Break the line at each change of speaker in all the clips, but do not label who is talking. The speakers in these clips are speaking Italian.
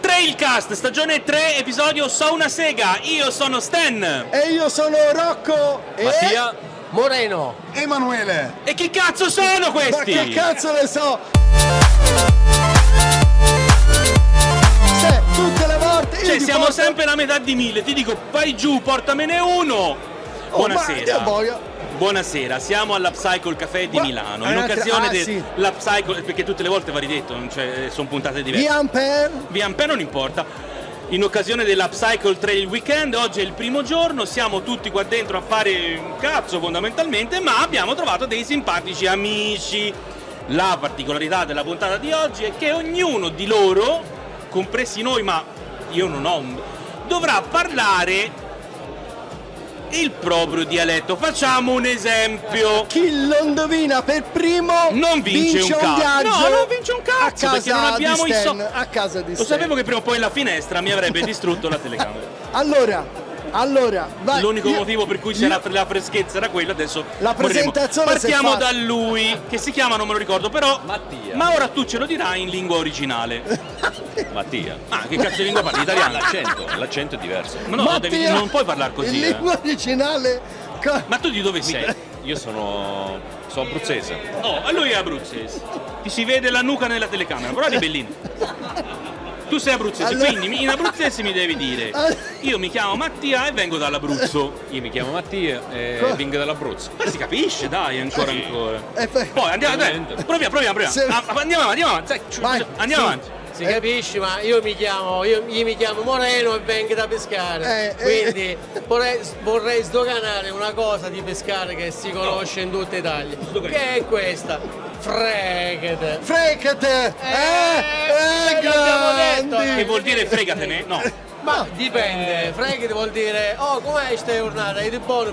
Trailcast, stagione 3, episodio So una sega. Io sono Stan.
E io sono Rocco e
Mattia
Moreno.
Emanuele.
E chi cazzo sono
Ma
questi?
che cazzo ne so? Se tutte le volte io
Cioè,
ti
siamo
porto-
sempre alla metà di mille. Ti dico, vai giù, portamene uno.
Oh, ma
Buonasera.
Dio boia.
Buonasera, siamo alla Psycho Café di
Ma-
Milano.
Ah,
In occasione
ah,
della
sì.
Psycho, perché tutte le volte va ridetto, non c'è- sono puntate diverse.
Di Ampere.
Via Ampè non importa. In occasione della Cycle Trail Weekend, oggi è il primo giorno, siamo tutti qua dentro a fare un cazzo fondamentalmente, ma abbiamo trovato dei simpatici amici. La particolarità della puntata di oggi è che ognuno di loro, compresi noi, ma io non ho un... dovrà parlare il proprio dialetto. Facciamo un esempio.
Chi lo indovina per primo
Non vince, un cazzo.
viaggio
No, non vince un cazzo
a
perché
casa
non abbiamo
di
i so-
Stan, a casa di
Lo
Stan.
sapevo che prima o poi la finestra mi avrebbe distrutto la telecamera.
Allora, allora, vai.
L'unico
Io-
motivo per cui c'era la freschezza era quello, adesso
La
vorremmo-
presentazione si è
partiamo
fatta.
da lui, che si chiama, non me lo ricordo, però
Mattia.
Ma ora tu ce lo dirai in lingua originale.
Mattia.
Ah, che cazzo di lingua parli? Italiano?
L'accento, l'accento è diverso.
Ma no,
Mattia,
devi- non puoi parlare così.
In
eh.
lingua originale. co-
Ma tu di dove sei?
Io sono. sono abruzzese.
Oh, e lui è abruzzese. Ti si vede la nuca nella telecamera, però di Bellino. Tu sei abruzzese,
Allora-
quindi mi- in abruzzese mi devi dire.
Allora-
Io mi chiamo Mattia e vengo dall'Abruzzo.
Io mi chiamo Mattia e
Co-
vengo dall'Abruzzo.
Ma si capisce, dai, ancora
Sì.
ancora.
e poi-
Poi andiamo, dai,
Veramente.
proviamo, proviamo, proviamo.
Se-
Ah, andiamo avanti, andiamo avanti. dai, ci-
Vai,
andiamo
sì.
avanti.
Si capisce, ma io mi chiamo, io, io mi chiamo Moreno e vengo da
Eh,
pescare.
eh.
Quindi vorrei, vorrei sdoganare una cosa di pescare che si conosce in tutta Italia.
Sdogani.
Che è questa? Fregate.
Fregate! Eh, eh,
Eh, l'abbiamo detto,
grandi!
Che vuol dire fregatene? No.
Ma
Eh.
dipende, fregate vuol dire, oh com'è questa giornata? È di buono,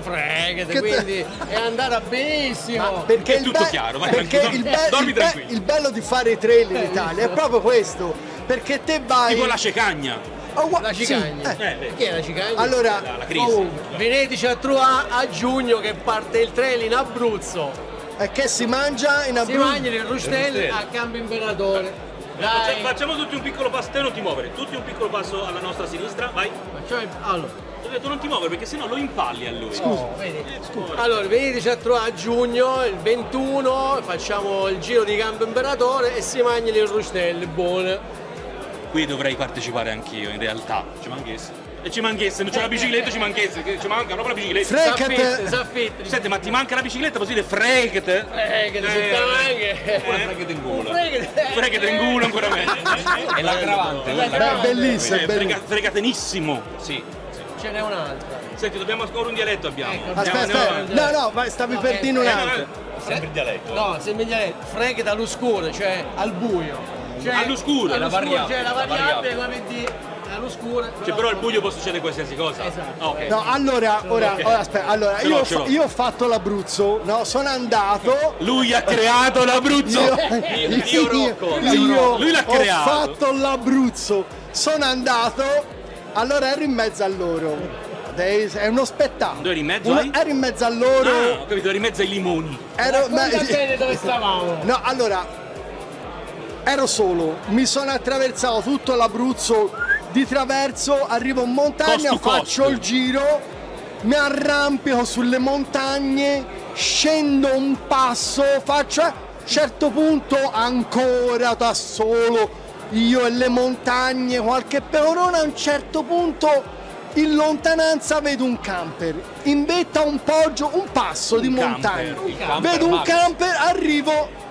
Che
fregate,
te- Ah,
quindi è andata benissimo.
È tutto
be-
chiaro, vai,
perché
tranquillo,
il, be-
dormi
il be-
tranquillo.
il bello di fare i trailer
Eh,
in Italia è proprio questo. Perché te vai.
Tipo la cecagna.
Oh, gua-
La
sì,
cicagna.
eh.
Eh, beh.
Chi è la cicagna?
Allora,
La, la crisi.
Oh, veneteci a Trua a giugno che parte il trail in Abruzzo.
eh, che si mangia in
Si
Abruzzo?
mangiano il rustelli
Rustelli.
a Campo Imperatore.
Facciamo,
Dai,
facciamo tutti un piccolo passo, te non ti muovere, tutti un piccolo passo alla nostra sinistra, vai.
facciamo il- allora,
Ho detto non ti muovere perché sennò lo impalli a lui.
vedi.
Scusa.
Allora, veniteci a Trua a giugno, il 21, facciamo il giro di Campo Imperatore e si mangiano il rustelli, buono.
Qui dovrei partecipare anch'io in realtà.
Ci manchesse.
E ci manchesse, non c'è
Eh.
la bicicletta, ci manchesse, che ci manca proprio la bicicletta.
S'affitti,
Fregate!
s'affitti.
Senti, ma ti manca la bicicletta, così dire fregate.
Eh, che ti
Eh,
sento anche.
Una fregata in culo.
Fregate.
Fregate in culo ancora meglio.
È l'aggravante.
È
quella.
Beh,
l'aggravante.
bellissimo,
Eh, frega-
bellissimo.
fregatenissimo.
Sì.
Ce n'è un'altra.
Senti, dobbiamo ancora un dialetto abbiamo.
Ecco,
Andiamo,
Aspetta,
andiamo
aspetta.
avanti.
No, no, vai, stavi
No,
per
eh,
dire un
eh,
altro.
Sempre il dialetto.
No, se mi viene fregata all'oscuro, cioè al buio. Cioè,
All'oscuro,
all'oscuro,
la variabile,
Cioè la
la
variabile, come di all'oscuro.
Cioè, però al buio può succedere qualsiasi cosa. Ah,
Esatto.
Ok.
No, allora, ora,
Ok.
ora, aspetta, allora,
Ce l'ho,
io,
ce
ho fa-
l'ho.
io ho fatto l'Abruzzo, no? Sono andato.
Lui ha creato l'Abruzzo. Ah,
io,
io Rocco, io
io
Rocco. Lui l'ha
ho
creato.
fatto l'Abruzzo, sono andato, allora ero in mezzo a loro. Dei- È uno spettacolo.
Dove eri in mezzo
Uno-
ai?
ero in mezzo a loro.
Ah, ho capito, eri in mezzo ai limoni.
ero-
Ma
ma-
bene dove stavamo.
no, allora ero solo, mi sono attraversato tutto l'Abruzzo di traverso, arrivo in montagna,
Costo,
faccio
costo.
il giro, mi arrampico sulle montagne, scendo un passo, faccio a un certo punto ancora da solo io e le montagne, qualche pecorona, a un certo punto in lontananza vedo un camper, in vetta un poggio, un passo di
Un camper,
montagna.
il camper
vedo un
Max.
camper, arrivo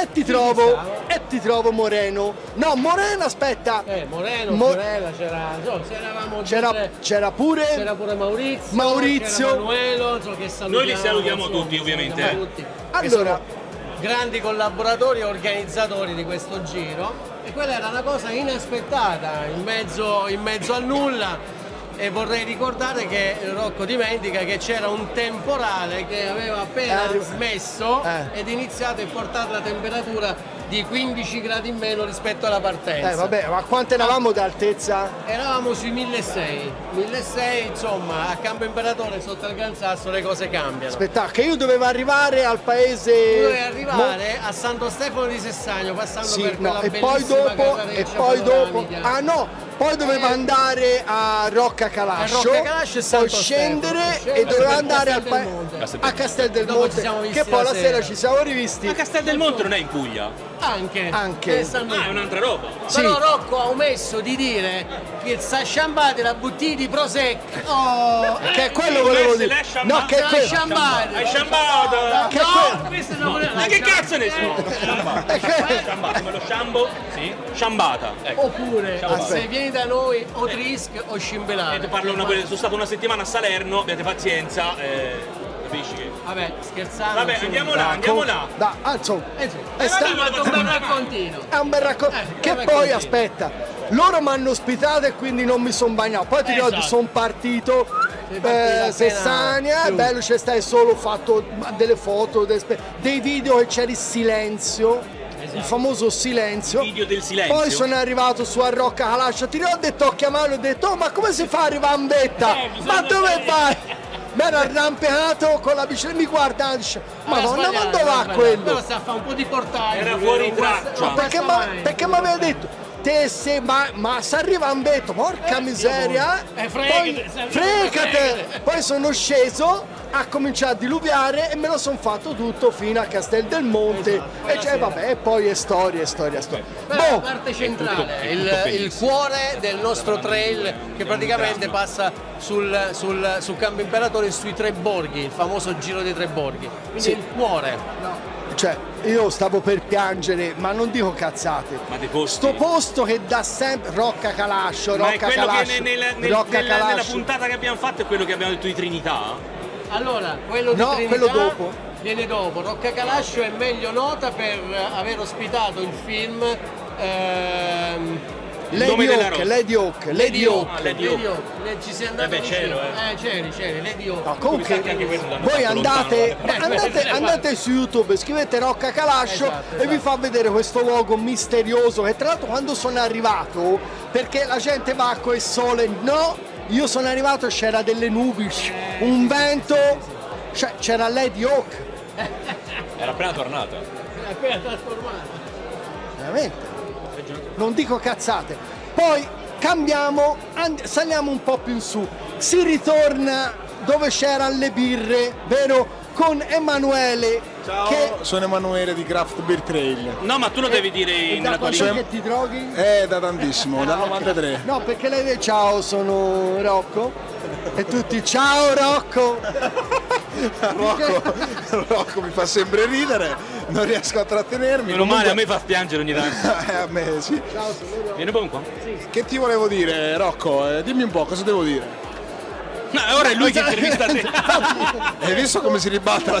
e ti trovo, e ti trovo Moreno. No, Moreno, aspetta.
Eh, Moreno,
Mo-
Morella, c'era. Insomma, c'eravamo
C'era,
tutte-
c'era pure.
c'era pure Maurizio.
Maurizio.
C'era Manuelo, insomma, che salutiamo.
Noi li salutiamo
insomma,
tutti, ovviamente.
salutiamo tutti, che
Allora.
sono grandi collaboratori e organizzatori di questo giro. E quella era una cosa inaspettata, in mezzo, in mezzo al nulla. E vorrei ricordare che Rocco dimentica che c'era un temporale che aveva appena
Eh, arri-
smesso
Eh.
ed iniziato e portato la temperatura di 15 gradi in meno rispetto alla partenza.
Eh, vabbè, ma quanto eravamo d'altezza?
Eravamo sui 1600, 1600 insomma a Campo Imperatore sotto al Gran Sasso le cose cambiano.
Aspetta, che io dovevo arrivare al paese.
Tu dovevi arrivare a Santo Stefano di Sessagno passando
Mo- sì,
per
no,
quella
e poi
bellissima
dopo.
casareccia
E poi dopo.
panoramica.
Ah no, Poi doveva andare a Rocca
A
Calascio,
Eh. Rocca Calascio e
poi
Santo
scendere
Stefano.
e doveva
Castel
andare al
del
pa-
Monte.
Castel del
a Castel del
Dopo ci
Monte,
siamo visti
che poi
la
la sera
sera.
ci siamo rivisti.
Ma Castel del Monte non è in Puglia.
Anche.
Anche.
Eh, stanno-
Ah, è un'altra roba.
Sì.
Però Rocco ha omesso di dire che sta sciambate la bottiglia di Prosecco. Oh,
Che quello volevo
Messi,
dire.
l'hai sciambato.
No, che è
L'hai
quello.
sciambate.
Hai sciambato!
Che
no,
que-
questo non voleva-
Ma che cazzo ne so?
È quello.
Sciambato, come lo sciambo? Sì. Sciambata. Ecco.
Oppure,
Ciao,
se vieni da noi, o Trisk o
Eh, ti
Scimbelare.
parlo una- sono stato una settimana a Salerno, abbiate pazienza, eh, capisci che.
Vabbè, scherzando.
Vabbè,
su.
andiamo là, andiamo là.
Da, ah, insomma,
Eh sì.
È
È
sta-
stato un bel raccontino.
è un bel racconto.
Eh, sì,
Che
come
poi
così.
aspetta, loro mi hanno ospitato e quindi non mi sono bagnato. Poi ti ricordo,
Esatto.
sono partito.
Sei partito
Eh,
appena-
Sessania,
Sì.
bello c'è stai solo ho fatto delle foto, delle spe- dei video e c'era il silenzio,
Esatto.
il famoso silenzio.
Video del silenzio.
Poi sono arrivato su a Rocca Calascia, ti ho detto, ho chiamato e ho detto, oh, ma come si fa a arrivare in vetta?
Eh, bisogna
ma dove
andare-
vai? Mi ero arrampicato con la bicicletta, mi guarda, dice, madonna, ma dove va
Però
quello?
sta a fare un po' di portaggio.
Era fuori
vero?
traccia.
Questo-
Ma
Perché
questo
ma-
mai.
perché mi aveva detto, te se, ma, ma se arriva in vetta, porca miseria, poi,
Eh, fregate, se arriva-
fregate! Poi sono sceso, ha cominciato a diluviare e me lo sono fatto tutto fino a Castel del Monte.
Esatto,
e cioè, vabbè, e poi è storia, è storia, è storia.
Però la
Boh.
parte centrale, il, il cuore del nostro trail che praticamente passa sul, sul- sul Campo Imperatore e sui tre borghi, il famoso giro dei tre borghi. Quindi
Sì.
il cuore.
Cioè, io stavo per piangere, ma non dico cazzate.
Ma dei posti.
Sto posto che da sempre. Rocca Calascio,
Ma è
Rocca
quello
Calascio.
che nel- nel-
Rocca
nel- nella,
Calascio.
puntata che abbiamo fatto è quello che abbiamo detto di Trinità.
Allora, quello di
No,
Trinità
quello dopo.
viene dopo. Rocca Calascio è meglio nota per aver ospitato il film ehm,
Il nome
Lady
della
Oak,
rosa.
Lady Oak, Lady
Lady
Oak.
Ah,
Oak.
Lady
Lady
Oak.
Oak. Le- Ci sei andato
beh,
vicino.
c'ero,
eh. c'eri, c'eri, Lady Oak.
No,
Mi sa che anche
comunque
quello l'hanno
voi
fatto
andate,
lontano,
ma
eh.
andate, andate su YouTube, scrivete Rocca Calascio
Esatto,
e vi
esatto.
fa vedere questo logo misterioso che tra l'altro quando sono arrivato, perché la gente va con il sole, no, io sono arrivato e c'era delle
Eh,
nubi, un vento, cioè, c'era Lady Hawk,
Era appena tornata.
È appena trasformato.
veramente. Non dico cazzate. Poi cambiamo, and- saliamo un po' più in su. Si ritorna dove c'erano le birre, vero? Con Emanuele che
Sono Emanuele di Craft Beer Trail.
No, ma tu lo devi dire
E
in
da
natura.
quanto
Cioè-
che ti droghi?
Eh, da tantissimo, dal 93.
No, perché lei dice ciao, sono Rocco. E tutti ciao Rocco!
Rocco, Rocco mi fa sempre ridere, non riesco a trattenermi.
Meno male, a me
Comunque-
fa piangere ogni tanto.
Eh, a me sì.
Vieni un po' qua.
Che ti volevo dire, Rocco? Eh, dimmi un po' cosa devo dire.
No, ora è lui che intervista te.
Hai visto come si ribalta la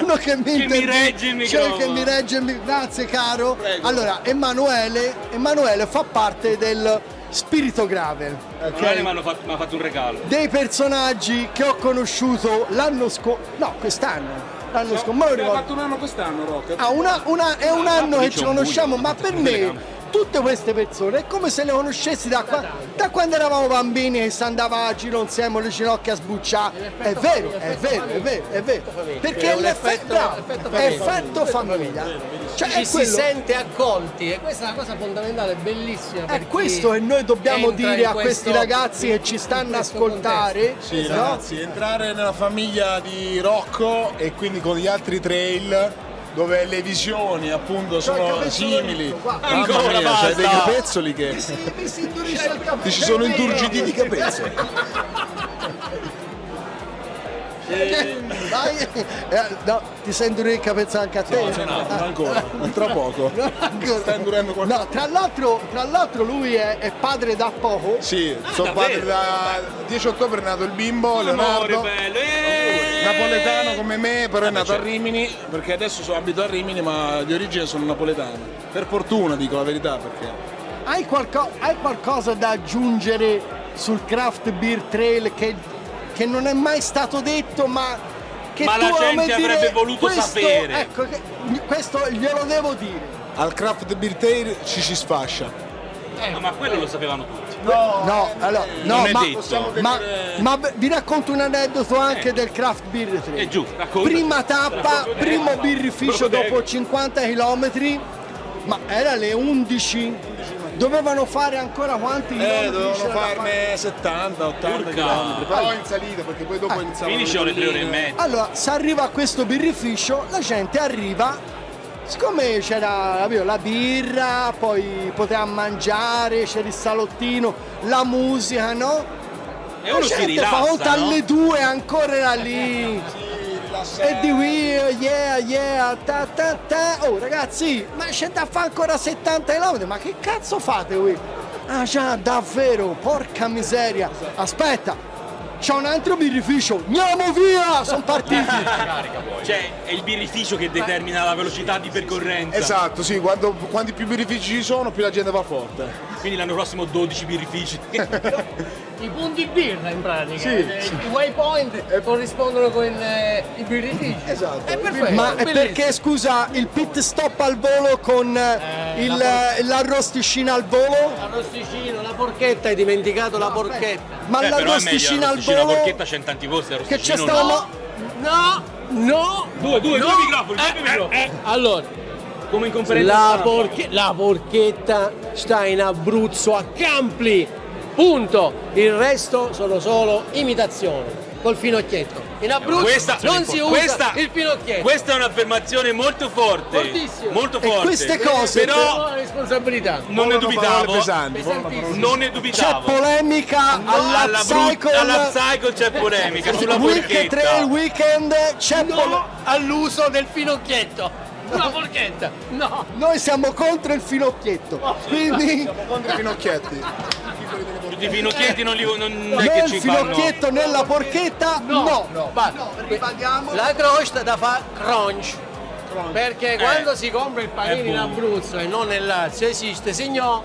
Uno che mi, intervi-
regge il
cioè,
microfono.
che mi regge il mi- Grazie caro. Allora, Emanuele, Emanuele fa parte del Spirito Gravel.
Emanuele mi hanno fatto- mi ha fatto un regalo.
Dei personaggi che ho conosciuto l'anno scorso. No, quest'anno. L'anno scorso, me lo ricordo.
un anno quest'anno, Rock.
Ah, una- una- è un anno
lì
che
c'è
ci
un buio,
conosciamo, ma
tutte
per
le
me
gambe.
tutte queste persone è come se le conoscessi da, qua- da quando eravamo bambini che si andava a giro insieme con le ginocchia a sbucciare. È vero,
L'effetto famiglia,
è
l'effetto
vero, è
famiglia.
vero, è vero.
famiglia.
Perché
È
è
un
l'effetto
effetto-
bravo,
effetto famiglia.
effetto famiglia. Cioè
Ci
è
si
quello.
sente accolti e questa è una cosa fondamentale, bellissima.
È
per chi
questo che noi dobbiamo
entra
dire
in
a questi
questo-
ragazzi che ci
in
stanno a
questo
ascoltare.
Sì,
no?
ragazzi, entrare nella famiglia di Rocco e quindi con gli altri trail dove le visioni appunto
Cioè, il
sono
capezzolino
simili.
ricco, guarda.
Mamma
Ancora,
mia, c'hai dei
basta.
capezzoli che
Sì, mi si indurisce il capo.
ti ci sono
È vero.
inturgiditi i capezzoli.
Vai, eh, no, ti sei indurire il capezzolo anche a te.
No, c'è un altro, ancora, tra poco.
No, ancora.
Sta indurendo qualcosa.
No, tra l'altro, tra l'altro lui è, è padre da poco.
Sì, sono padre
davvero?
da 10 ottobre è nato il bimbo, Leonardo.
Amore bello. Eh!
Napoletano come me, però è nato a Rimini, perché adesso so- abito a Rimini, ma di origine sono napoletano. Per fortuna dico la verità, perché
Hai, qualco- hai qualcosa da aggiungere sul craft beer trail che, che non è mai stato detto, ma che
Ma
tu
la
come
gente
dire,
avrebbe voluto
questo-
sapere.
Ecco, che- questo glielo devo dire.
al craft beer tail ci si sfascia.
No, ma quello lo sapevano tutti.
No,
No, allora, no,
non è
ma,
detto.
Possiamo
ma-
vedere-
ma vi racconto un aneddoto anche del craft beer trail.
È Eh, giù, racconta.
Prima tappa,
Racconta.
primo birrificio
Proprio
dopo 50 km, ma era le 11 Dovevano fare ancora quanti
Eh,
chilometri
dovevano
c'era da fare?
farne 70, 80
Urca.
km.
Però in salita, perché poi dopo iniziamo.
Finisce alle tre ore e mezza.
Allora, se arriva a questo birrificio, la gente arriva, siccome c'era capito, la birra, poi poteva mangiare, c'era il salottino, la musica, no?
E uno
la
si
gente certo, fa conto
rilassa, no?
alle due ancora era lì. E di qui, yeah, yeah, ta ta ta. Oh ragazzi, ma c'è da fare ancora 70 km, ma che cazzo fate qui? Ah già, davvero, porca miseria. Aspetta, c'è un altro birrificio, andiamo via, sono partiti.
Cioè, è il birrificio che determina la velocità di percorrenza.
Esatto, sì, quando, quanti più birrifici ci sono, più la gente va forte.
Quindi l'anno prossimo 12 birrifici.
I punti birra in pratica,
Sì,
eh, i waypoint corrispondono con eh, i birrifici.
Esatto.
È perfetto.
Ma è
bellissimo.
perché scusa il pit stop al volo con eh, il, eh, l'arrosticina al volo?
Arrosticino, la porchetta, hai dimenticato la porchetta.
Ma
Eh, però è meglio
l'arrosticina
la
al
rosticina
volo
porchetta c'è in tanti posti, la
che c'è
rosticino
stata
no.
mo-
No, no.
Due, due,
no.
due microfoni, due
Eh, eh,
microfoni.
eh. Allora,
Come in conferenza
la,
stampa.
porche- la porchetta sta in Abruzzo a Campli. Punto. Il resto sono solo imitazioni. Col finocchietto. In Abruzzo
Questa,
non si usa
questa-
il finocchietto.
Questa è un'affermazione molto forte.
Fortissimo.
Molto
e
forte.
queste cose
Però-
la responsabilità.
Non ne
Volano
dubitavo.
parole pesanti, volano
Pesantissimo.
Non ne
c'è
dubitavo.
polemica alla,
alla, brut-
cycle
alla cycle c'è polemica sulla
week 3 il
porchetta.
weekend c'è
No
pole-
all'uso del finocchietto. La porchetta. No.
noi siamo contro il finocchietto quindi
Contro i finocchietti.
I finocchietti non li non non è
né
che
il
ci fanno.
finocchietto né la porchetta no,
basta. La crosta da fa crunch. Perché quando si compra il panino in
buono.
Abruzzo e non nel Lazio esiste, signor,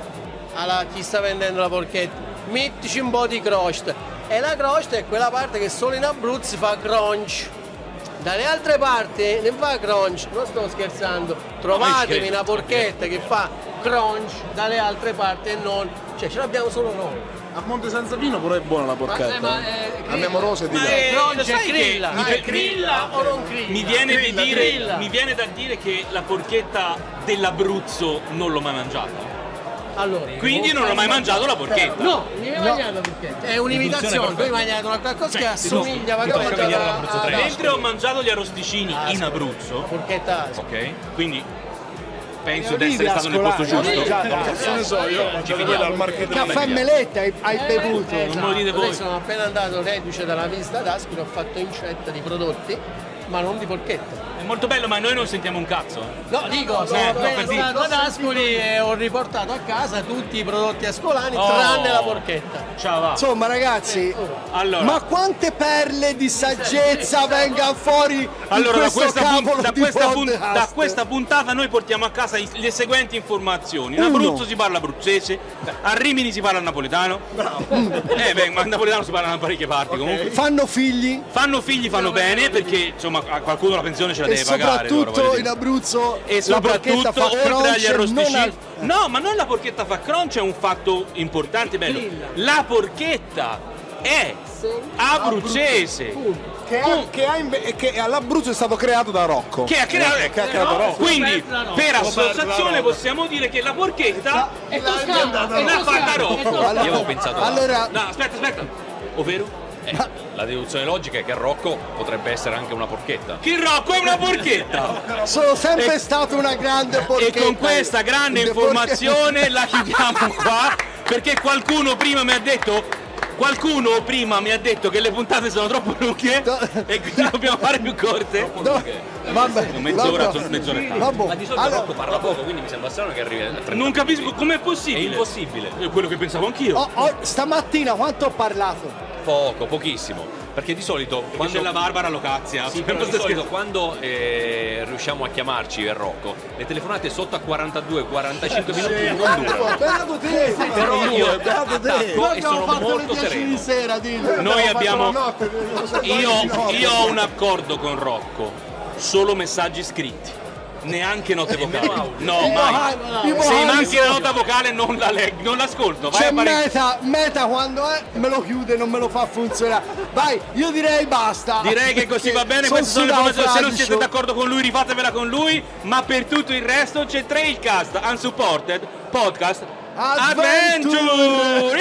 alla chi sta vendendo la porchetta, mettici un po' di crosta. E la crosta è quella parte che solo in Abruzzo fa crunch. Dalle altre parti ne fa crunch, non sto scherzando. Trovatemi
scherzo,
una porchetta che fa crunch dalle altre parti e non. Cioè ce l'abbiamo solo noi. eh,
A Monte San Savino però è buona la porchetta. eh.
A Memorosa eh, è di
Ma
là.
è- Eh, lo
Non c'è
sai che-
grilla,
mi-
Ah, è grilla o non grilla?
Mi viene, di
Grilla,
dire,
grilla.
mi viene da dire che la porchetta dell'Abruzzo non l'ho mai mangiata.
Allora,
Quindi non ho mai mangiato la porchetta.
No, mi hai mangiato perché? È un'imitazione, poi mi hai mangiato una qualcosa che assomiglia
puoi
vagamente
assomigliare all'Abruzzo
alla-
tre.
alla-
Mentre ho mangiato gli arrosticini
Ah,
in Abruzzo,
porchetta.
ok? Quindi penso di essere stato nel posto giusto.
Che ne so, io ho mangiato quella al marchetta.
caffè e meletta hai, hai bevuto
Eh,
non me lo dite
esatto.
voi.
Adesso sono appena andato reduce dalla visita d'Aspiro, ho fatto incetta di prodotti, ma non di porchetta.
È molto bello, ma noi non sentiamo un cazzo.
No, dico, sono
Eh, no,
appena
per dire.
andato ad Ascoli e ho riportato a casa tutti i prodotti ascolani
Oh.
tranne la porchetta.
Ciao va.
Insomma ragazzi,
Allora.
ma quante perle di saggezza vengano fuori
Allora,
in
da
questo
questa, pun-
cavolo
da
di
questa pun-
podcast?
da questa puntata noi portiamo a casa i- le seguenti informazioni. In
Uno.
Abruzzo si parla abruzzese, a Rimini si parla napoletano. Eh beh, ma il napoletano si parla da parecchie parti comunque.
Fanno figli
Fanno figli, fanno bene, perché insomma a qualcuno la pensione ce la
e
deve pagare. loro,
soprattutto
voglio
in
dire.
Abruzzo
e
la porchetta
soprattutto
fa
oltre agli
crunch, non
arrosticini
al-
no ma non la porchetta fa crunch è un fatto importante bello la porchetta è abruzzese
Che, ha- che ha inve- e che all'Abruzzo è stato creato da Rocco.
che ha creato,
Che ha creato Rocco.
quindi
Scoperta no.
per associazione possiamo dire che la porchetta
È toscana,
è una fatta Rocco
Io avevo pensato a-
allora
no aspetta aspetta ovvero
Eh, la deduzione logica è che Rocco potrebbe essere anche una porchetta.
che Rocco è una porchetta
sono sempre stata una grande eh.
e
porchetta
con questa grande
Le
informazione la chiudiamo qua perché qualcuno prima mi ha detto qualcuno prima mi ha detto che le puntate sono troppo lunghe
No.
e quindi dobbiamo fare più corte
porchette- no, vabbè
mezz'ora,
vabbè.
sono mezz'ora e tanto.
Vabbò,
Ma di solito
Oh, allora,
Rocco parla poco, quindi mi sembra strano che arrivi a 30
non capisco
minuti.
com'è
È
possibile
impossibile.
è quello che pensavo anch'io
oh, oh, stamattina quanto ho parlato
Poco, pochissimo. Perché di solito
quando...
quando
c'è la Barbara Locazia
Sì, però di solito quando eh, riusciamo a chiamarci per Rocco, le telefonate sotto a 42-45 minuti non durano.
beato te
Eh,
Però io
beato te
attacco e sono
abbiamo fatto le
molto
10
sereno.
di sera dillo.
Noi
Abbiamo fatto la
abbiamo-
notte, non so, dodici
io,
notte.
io ho un accordo con Rocco solo messaggi scritti neanche note vocali Eh, no mai
Tipo
se mi
Hans,
manchi la nota vocale non la leggo non l'ascolto vai
C'è
a fare
meta, meta quando è me lo chiude, non me lo fa funzionare. Vai, io direi basta.
Direi che così va bene,
Sono
queste sono le
sudato,
informazioni. Se non siete
fradicio.
d'accordo con lui, rifatevela con lui. Ma per tutto il resto c'è Trailcast Unsupported Podcast Adventure!